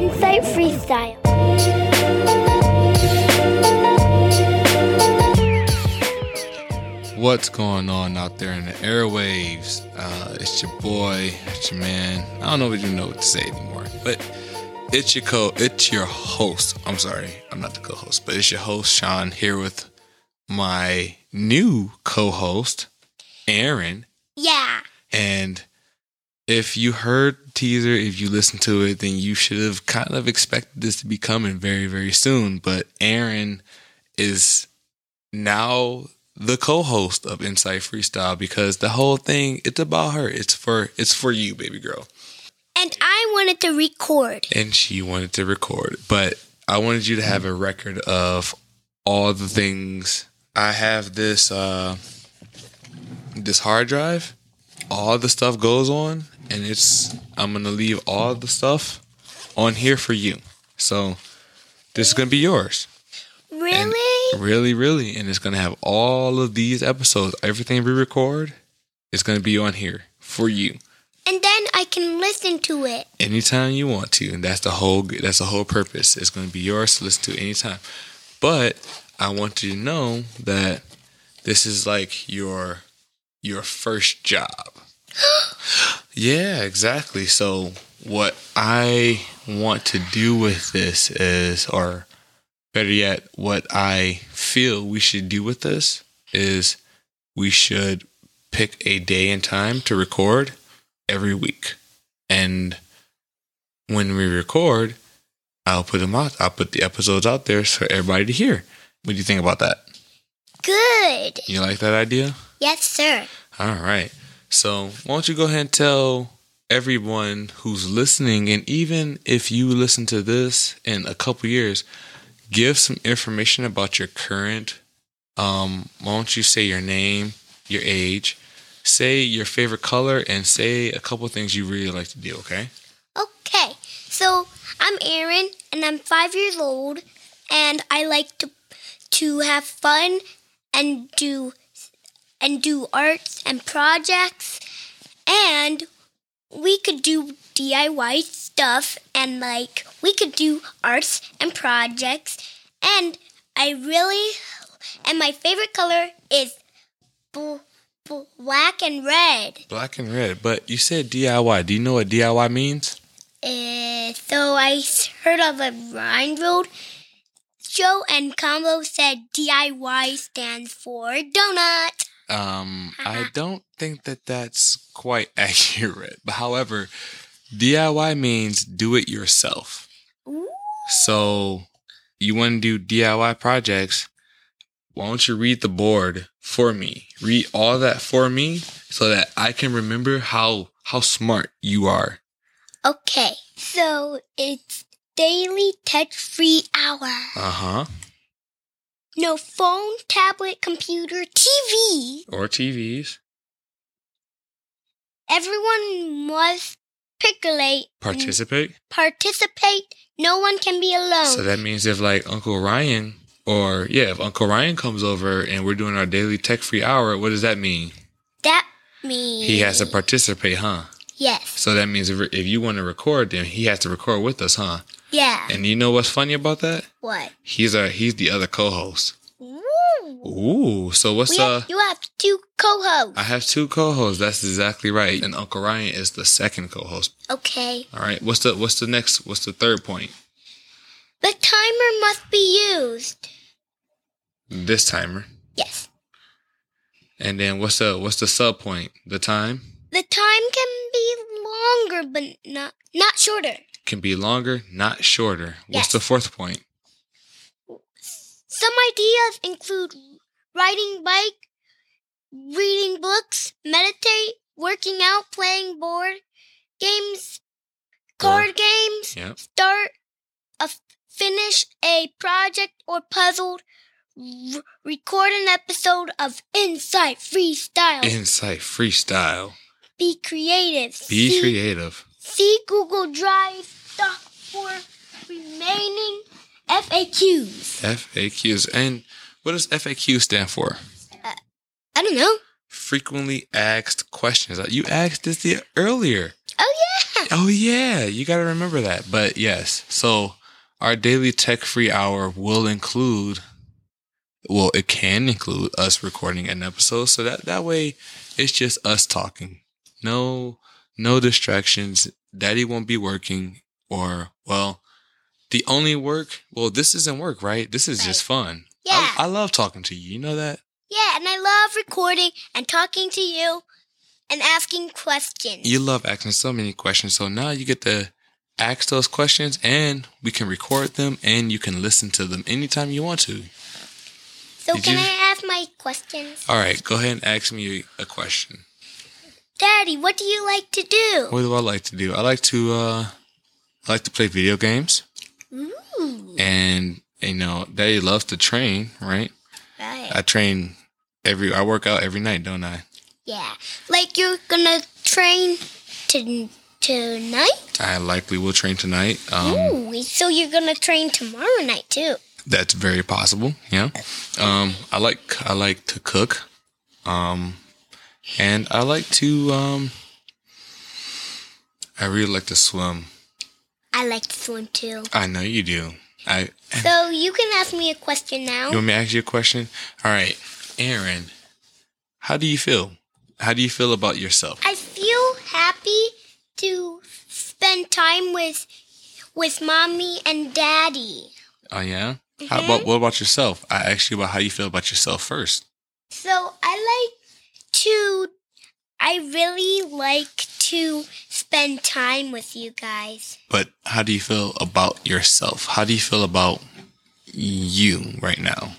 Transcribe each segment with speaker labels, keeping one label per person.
Speaker 1: Inside Freestyle.
Speaker 2: What's going on out there in the airwaves? Uh, it's your boy, it's your man. I don't know what you know what to say anymore, but it's your co, it's your host. I'm sorry, I'm not the co-host, but it's your host Sean here with my new co-host Aaron.
Speaker 1: Yeah.
Speaker 2: And if you heard the teaser, if you listened to it, then you should have kind of expected this to be coming very, very soon. But Aaron is now the co-host of Inside Freestyle because the whole thing it's about her. It's for it's for you, baby girl.
Speaker 1: And I wanted to record.
Speaker 2: And she wanted to record, but I wanted you to have a record of all the things. I have this uh this hard drive. All the stuff goes on and it's I'm going to leave all the stuff on here for you. So this is going to be yours. And
Speaker 1: Really?
Speaker 2: really, really. And it's going to have all of these episodes. Everything we record is going to be on here for you
Speaker 1: And then I can listen to it.
Speaker 2: anytime you want to. And that's the whole that's the whole purpose. It's going to be yours to listen to anytime. But I want you to know that this is like your your first job. yeah, exactly. So what I want to do with this is or better yet, what I feel we should do with this is we should pick a day and time to record every week. And when we record, I'll put them out. I'll put the episodes out there for everybody to hear. What do you think about that?
Speaker 1: Good.
Speaker 2: You like that idea?
Speaker 1: Yes, sir.
Speaker 2: All right. So why don't you go ahead and tell everyone who's listening, and even if you listen to this in a couple years, give some information about your current. Um, why don't you say your name, your age, say your favorite color, and say a couple things you really like to do. Okay.
Speaker 1: Okay. So I'm Aaron, and I'm five years old, and I like to to have fun and do and do arts and projects, and we could do DIY stuff, and like we could do arts and projects, and I really and my favorite color is bl- bl- black and red.
Speaker 2: Black and red, but you said DIY. Do you know what DIY means?
Speaker 1: Uh, so I s- heard of a Rhine Road show, and Combo said DIY stands for donut.
Speaker 2: Um, I don't think that that's quite accurate. But however, DIY means do it yourself.
Speaker 1: Ooh.
Speaker 2: So you want to do DIY projects? Why don't you read the board for me? Read all that for me so that I can remember how how smart you are.
Speaker 1: Okay, so it's daily touch-free hour.
Speaker 2: Uh huh.
Speaker 1: No phone, tablet, computer, TV.
Speaker 2: Or TVs.
Speaker 1: Everyone must percolate,
Speaker 2: Participate.
Speaker 1: participate. No one can be alone.
Speaker 2: So that means if like Uncle Ryan or yeah, if Uncle Ryan comes over and we're doing our daily tech free hour, what does that mean?
Speaker 1: that means
Speaker 2: He has to participate, huh?
Speaker 1: Yes.
Speaker 2: So that means if, if you want to record, then he has to record with us, huh?
Speaker 1: Yeah.
Speaker 2: And you know what's funny about that?
Speaker 1: what?
Speaker 2: He's our he's the other co-host.
Speaker 1: Woo!
Speaker 2: Ooh, so what's
Speaker 1: We
Speaker 2: uh?
Speaker 1: have, you have two co-hosts.
Speaker 2: I have two co-hosts. That's exactly right. And Uncle Ryan is the second co-host.
Speaker 1: Okay.
Speaker 2: All right. What's the what's the next? What's the third point?
Speaker 1: The timer must be used.
Speaker 2: This timer.
Speaker 1: Yes.
Speaker 2: And then what's the what's the sub point? The time
Speaker 1: The time can be longer but not not shorter.
Speaker 2: can be longer, not shorter.
Speaker 1: Yes.
Speaker 2: What's the fourth point?
Speaker 1: Some ideas include riding bike, reading books, meditate, working out, playing board games, card games,
Speaker 2: Yep.
Speaker 1: start a finish a project or puzzle, r- record an episode of Inside Freestyle.
Speaker 2: Insight freestyle.
Speaker 1: be creative.
Speaker 2: Be
Speaker 1: See-
Speaker 2: creative.
Speaker 1: See Google Drive stock for remaining FAQs.
Speaker 2: FAQs. And what does FAQ stand for?
Speaker 1: don't know.
Speaker 2: frequently asked questions. You asked this the earlier.
Speaker 1: Oh yeah.
Speaker 2: Oh yeah, you got to remember that. But yes, so our daily tech free hour will include well, it can include us recording an episode so that that way it's just us talking. No no distractions. Daddy won't be working or well, the only work, well, this isn't work, right? This is just fun.
Speaker 1: Yeah.
Speaker 2: I, I love talking to you. You know that?
Speaker 1: Yeah, and I love recording and talking to you and asking questions.
Speaker 2: You love asking so many questions. So now you get to ask those questions and we can record them and you can listen to them anytime you want to.
Speaker 1: so
Speaker 2: did
Speaker 1: can
Speaker 2: you-
Speaker 1: I ask my questions?
Speaker 2: All right, go ahead and ask me a question.
Speaker 1: Daddy, what do you like to do?
Speaker 2: What do I like to do? I like to uh I like to play video games
Speaker 1: Ooh.
Speaker 2: and you know, daddy loves to train, right?
Speaker 1: Right.
Speaker 2: I train every I work out every night, don't I?
Speaker 1: Yeah. Like you're gonna train to tonight?
Speaker 2: I likely will train tonight. Um
Speaker 1: Ooh, so you're gonna train tomorrow night too.
Speaker 2: That's very possible. Yeah. Um, I like I like to cook. Um, and I like to um. I really like to swim.
Speaker 1: I like to swim too.
Speaker 2: I know you do. I
Speaker 1: So you can ask me a question now.
Speaker 2: you want me to ask you a question? All right, Aaron. How do you feel? How do you feel about yourself?
Speaker 1: I feel happy to spend time with with mommy and daddy.
Speaker 2: Oh yeah. How, what, what about yourself? I asked you about how you feel about yourself first.
Speaker 1: So I like to I really like to spend time with you guys.
Speaker 2: But how do you feel about yourself? How do you feel about you right now?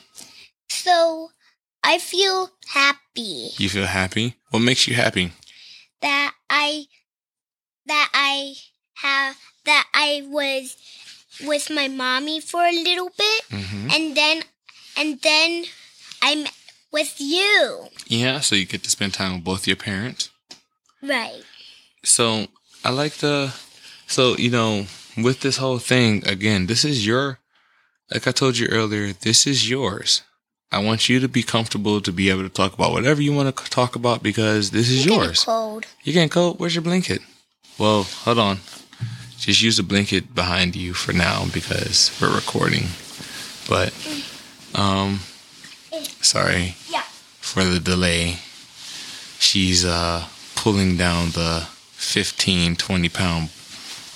Speaker 1: So I feel happy
Speaker 2: You feel happy? What makes you happy?
Speaker 1: that I that I have that I was with my mommy for a little bit
Speaker 2: Mm-hmm.
Speaker 1: and then and then I'm with you.
Speaker 2: Yeah, so you get to spend time with both your parents.
Speaker 1: Right.
Speaker 2: So I like the, so, you know, with this whole thing, again, this is your, like I told you earlier, this is yours. I want you to be comfortable to be able to talk about whatever you want to c- talk about because this is
Speaker 1: I'm kinda
Speaker 2: yours.
Speaker 1: Cold.
Speaker 2: You getting cold? Where's your blanket? Well, hold on. Just use the blanket behind you for now because we're recording. But, um, sorry.
Speaker 1: Yeah.
Speaker 2: for the delay. She's uh, pulling down the 15, 20 pound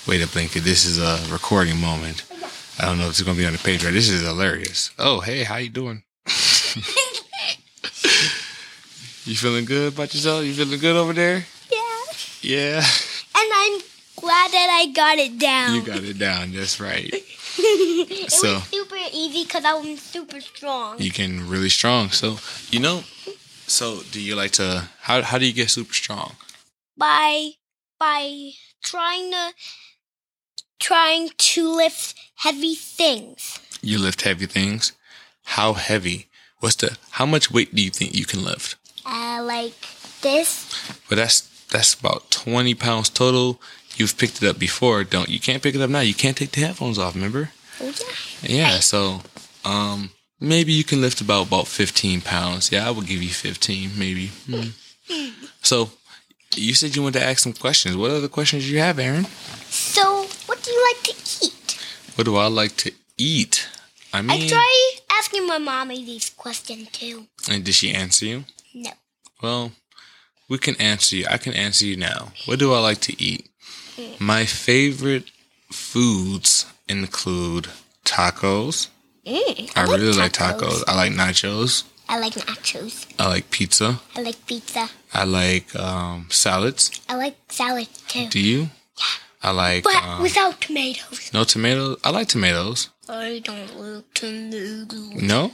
Speaker 2: weight of blanket. This is a recording moment. I don't know if it's gonna be on the page right. This is hilarious. Oh hey, how you doing? you feeling good about yourself? You feeling good over there?
Speaker 1: Yeah.
Speaker 2: Yeah.
Speaker 1: And I'm glad that I got it down.
Speaker 2: You got it down, that's right.
Speaker 1: it
Speaker 2: So-
Speaker 1: was super easy because I'm super strong.
Speaker 2: You can really strong. So you know so do you like to how how do you get super strong?
Speaker 1: By by trying to trying to lift heavy things.
Speaker 2: You lift heavy things. How heavy? What's the how much weight do you think you can lift?
Speaker 1: Uh, like this.
Speaker 2: But that's that's about twenty pounds total. You've picked it up before, don't you? Can't pick it up now. You can't take the headphones off. Remember?
Speaker 1: Oh yeah.
Speaker 2: Yeah. So, um, maybe you can lift about about fifteen pounds. Yeah, I would give you fifteen, maybe. Hmm. So, you said you wanted to ask some questions. What other questions do you have, Aaron?
Speaker 1: So what do you like to eat?
Speaker 2: What do I like to eat? I mean,
Speaker 1: I try asking my mommy these questions too.
Speaker 2: and did she answer you?
Speaker 1: No.
Speaker 2: Well, we can answer you. I can answer you now. What do I like to eat? My favorite foods include tacos.
Speaker 1: Mm,
Speaker 2: I really like tacos. I like nachos.
Speaker 1: I like nachos.
Speaker 2: I like pizza.
Speaker 1: I like pizza.
Speaker 2: I like um, salads.
Speaker 1: I like salad too.
Speaker 2: Do you? I like
Speaker 1: but
Speaker 2: um,
Speaker 1: without tomatoes.
Speaker 2: no tomatoes. I like tomatoes.
Speaker 1: I don't like tomatoes.
Speaker 2: No,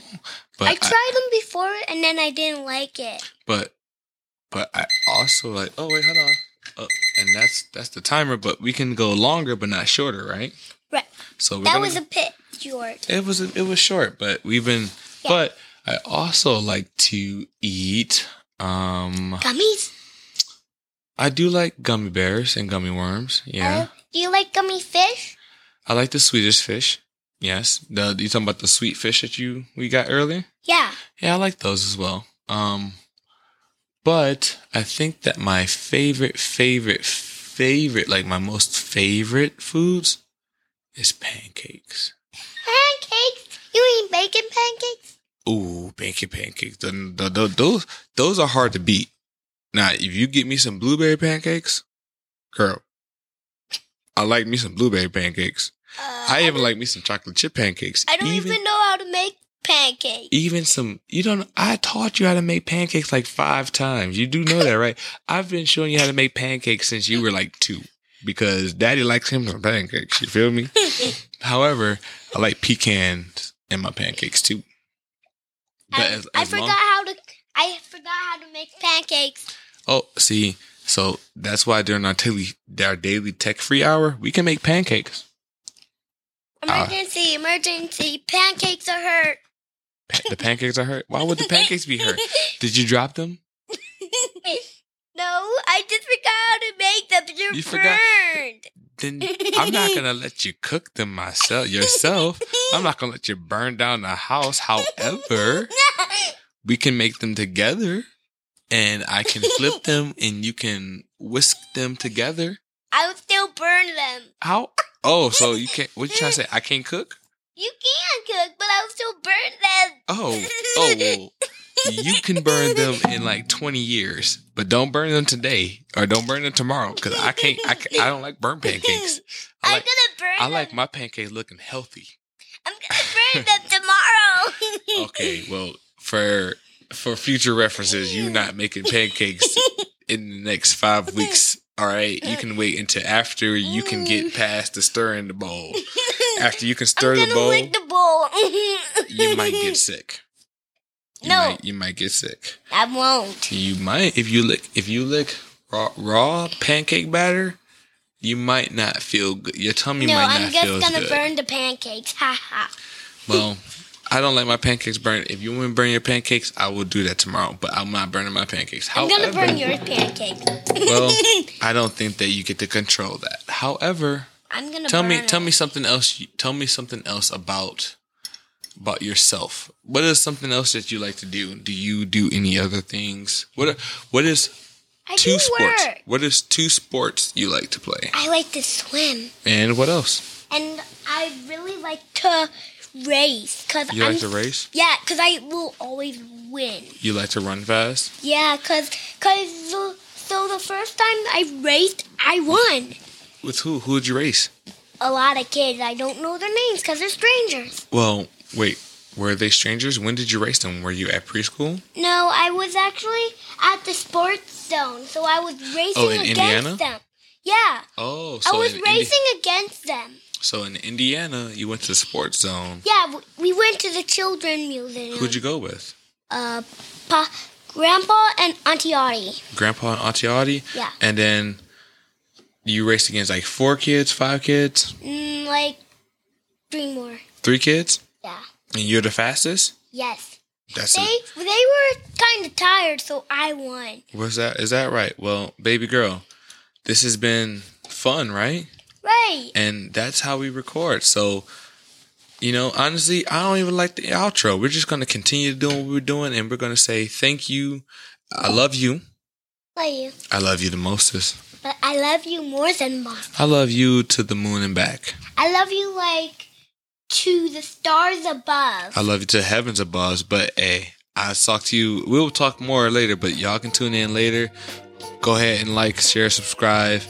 Speaker 2: but
Speaker 1: I tried them before and then I didn't like it.
Speaker 2: but but I also like. Oh wait, hold on. Oh, and that's that's the timer. But we can go longer, but not shorter, right?
Speaker 1: Right.
Speaker 2: So we're
Speaker 1: That
Speaker 2: gonna
Speaker 1: was a bit short.
Speaker 2: It was it was short, but we've been.
Speaker 1: Yeah.
Speaker 2: But I also like to eat. Um,
Speaker 1: Gummies?
Speaker 2: I do like gummy bears and gummy worms. Yeah,
Speaker 1: Uh, do you like gummy fish?
Speaker 2: I like the Swedish fish. Yes, the you talking about the sweet fish that you we got earlier?
Speaker 1: Yeah.
Speaker 2: Yeah, I like those as well. Um, But I think that my favorite, favorite, favorite, like my most favorite foods is pancakes.
Speaker 1: Pancakes? You mean bacon pancakes?
Speaker 2: Ooh, bacon pancakes. Th- th- th- Those, those are hard to beat. Now, if you get me some blueberry pancakes, girl, I like me some blueberry pancakes.
Speaker 1: Uh,
Speaker 2: I even like me some chocolate chip pancakes.
Speaker 1: I don't even, know how to make pancakes.
Speaker 2: even some you don't I taught you how to make pancakes like five times. You do know that, right? I've been showing you how to make pancakes since you were like two. Because daddy likes him some pancakes, you feel me? However, I like pecans in my pancakes too. But
Speaker 1: I,
Speaker 2: as-
Speaker 1: I
Speaker 2: as long-
Speaker 1: forgot how to. I forgot how to make pancakes.
Speaker 2: Oh, see, so that's why during our daily our daily tech free hour, we can make pancakes. Ah.
Speaker 1: Emergency! emergency! Pancakes are hurt.
Speaker 2: Pa- the pancakes are hurt. Why would the pancakes be hurt? Did you drop them?
Speaker 1: no, I just forgot how to make them. You're
Speaker 2: You forgot-
Speaker 1: burned.
Speaker 2: Then I'm not gonna let you cook them myself yourself. I'm not gonna let you burn down the house. However, we can make them together and I can flip them and you can whisk them together.
Speaker 1: I would still burn them.
Speaker 2: How? Oh, so you can't, what you trying to say? I can't cook?
Speaker 1: You can cook, but I would still burn them.
Speaker 2: Oh, oh, well, you can burn them in like 20 years, but don't burn them today or don't burn them tomorrow because I can't, I, ca- I don't like burn pancakes. I
Speaker 1: I'm
Speaker 2: like,
Speaker 1: gonna burn
Speaker 2: I
Speaker 1: them.
Speaker 2: like my pancakes looking healthy.
Speaker 1: I'm gonna burn them tomorrow.
Speaker 2: Okay, well, for for future references, you not making pancakes in the next five weeks. All right, you can wait until after you can get past the stirring the bowl. After you can stir
Speaker 1: Mm. I'm
Speaker 2: the
Speaker 1: gonna
Speaker 2: bowl,
Speaker 1: lick the bowl.
Speaker 2: you might get sick. You
Speaker 1: No.
Speaker 2: might, you might get sick.
Speaker 1: I won't.
Speaker 2: You might if you lick if you lick raw, raw pancake batter, you might not feel good. Your tummy
Speaker 1: no,
Speaker 2: might not
Speaker 1: I'm
Speaker 2: feel
Speaker 1: just
Speaker 2: as
Speaker 1: gonna
Speaker 2: good.
Speaker 1: burn the pancakes. Ha ha.
Speaker 2: Well, I don't like my pancakes burned. If you want to burn your pancakes, I will do that tomorrow. But I'm not burning my pancakes.
Speaker 1: I'm gonna
Speaker 2: However-
Speaker 1: burn your pancakes.
Speaker 2: Well, I don't think that you get to control that. However,
Speaker 1: I'm gonna
Speaker 2: tell
Speaker 1: burn
Speaker 2: me,
Speaker 1: it.
Speaker 2: tell me something else. you- Tell me something else about about yourself. What is something else that you like to do? Do you do any other things? What are, What is
Speaker 1: I
Speaker 2: two
Speaker 1: do
Speaker 2: sports?
Speaker 1: work.
Speaker 2: What is two sports you like to play?
Speaker 1: I like to swim,
Speaker 2: And what else?
Speaker 1: and I really like to race. Cause
Speaker 2: You
Speaker 1: I'm,
Speaker 2: like to race?
Speaker 1: Yeah, cause I will always win.
Speaker 2: You like to run fast?
Speaker 1: Yeah, cause cause the, so the first time I raced, I won.
Speaker 2: With who? Who would you race?
Speaker 1: A lot of kids. I don't know their names cause they're strangers.
Speaker 2: Well, wait. Were they strangers? When did you race them? Were you at preschool?
Speaker 1: No, I was actually at the sports zone, so I was racing
Speaker 2: Oh, in
Speaker 1: against
Speaker 2: Indiana?
Speaker 1: them. Yeah,
Speaker 2: Oh, so
Speaker 1: I was
Speaker 2: in Indi-
Speaker 1: racing against them.
Speaker 2: so in Indiana, you went to the sports zone.
Speaker 1: Yeah, w- we went to the children museum.
Speaker 2: Who'd you go with?
Speaker 1: Uh, pa- Grandpa and Auntie Audie.
Speaker 2: Grandpa and Auntie Audie?
Speaker 1: Yeah.
Speaker 2: And then you raced against like four kids, five kids,
Speaker 1: Mm, like three more.
Speaker 2: three kids,
Speaker 1: Yeah.
Speaker 2: and you're the fastest?
Speaker 1: Yes.
Speaker 2: That's
Speaker 1: They
Speaker 2: it.
Speaker 1: they were kind of tired, so I won.
Speaker 2: What's that? Is that right? Well, baby girl, this has been fun, right?
Speaker 1: Right.
Speaker 2: And that's how we record. So, you know, honestly, I don't even like the outro. We're just going to continue doing what we're doing and we're going to say thank you. I love you.
Speaker 1: Love you,
Speaker 2: I love you the mostest.
Speaker 1: but I love you more than mom.
Speaker 2: I love you to the moon and back.
Speaker 1: I love you like to the stars above.
Speaker 2: I love you to heavens above, but hey, I talk to you. We'll talk more later, but y'all can tune in later. Go ahead and like, share, subscribe.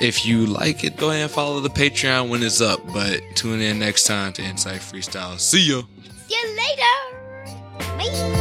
Speaker 2: If you like it, go ahead and follow the Patreon when it's up. But tune in next time to Insight Freestyle. See ya.
Speaker 1: See you later. Bye.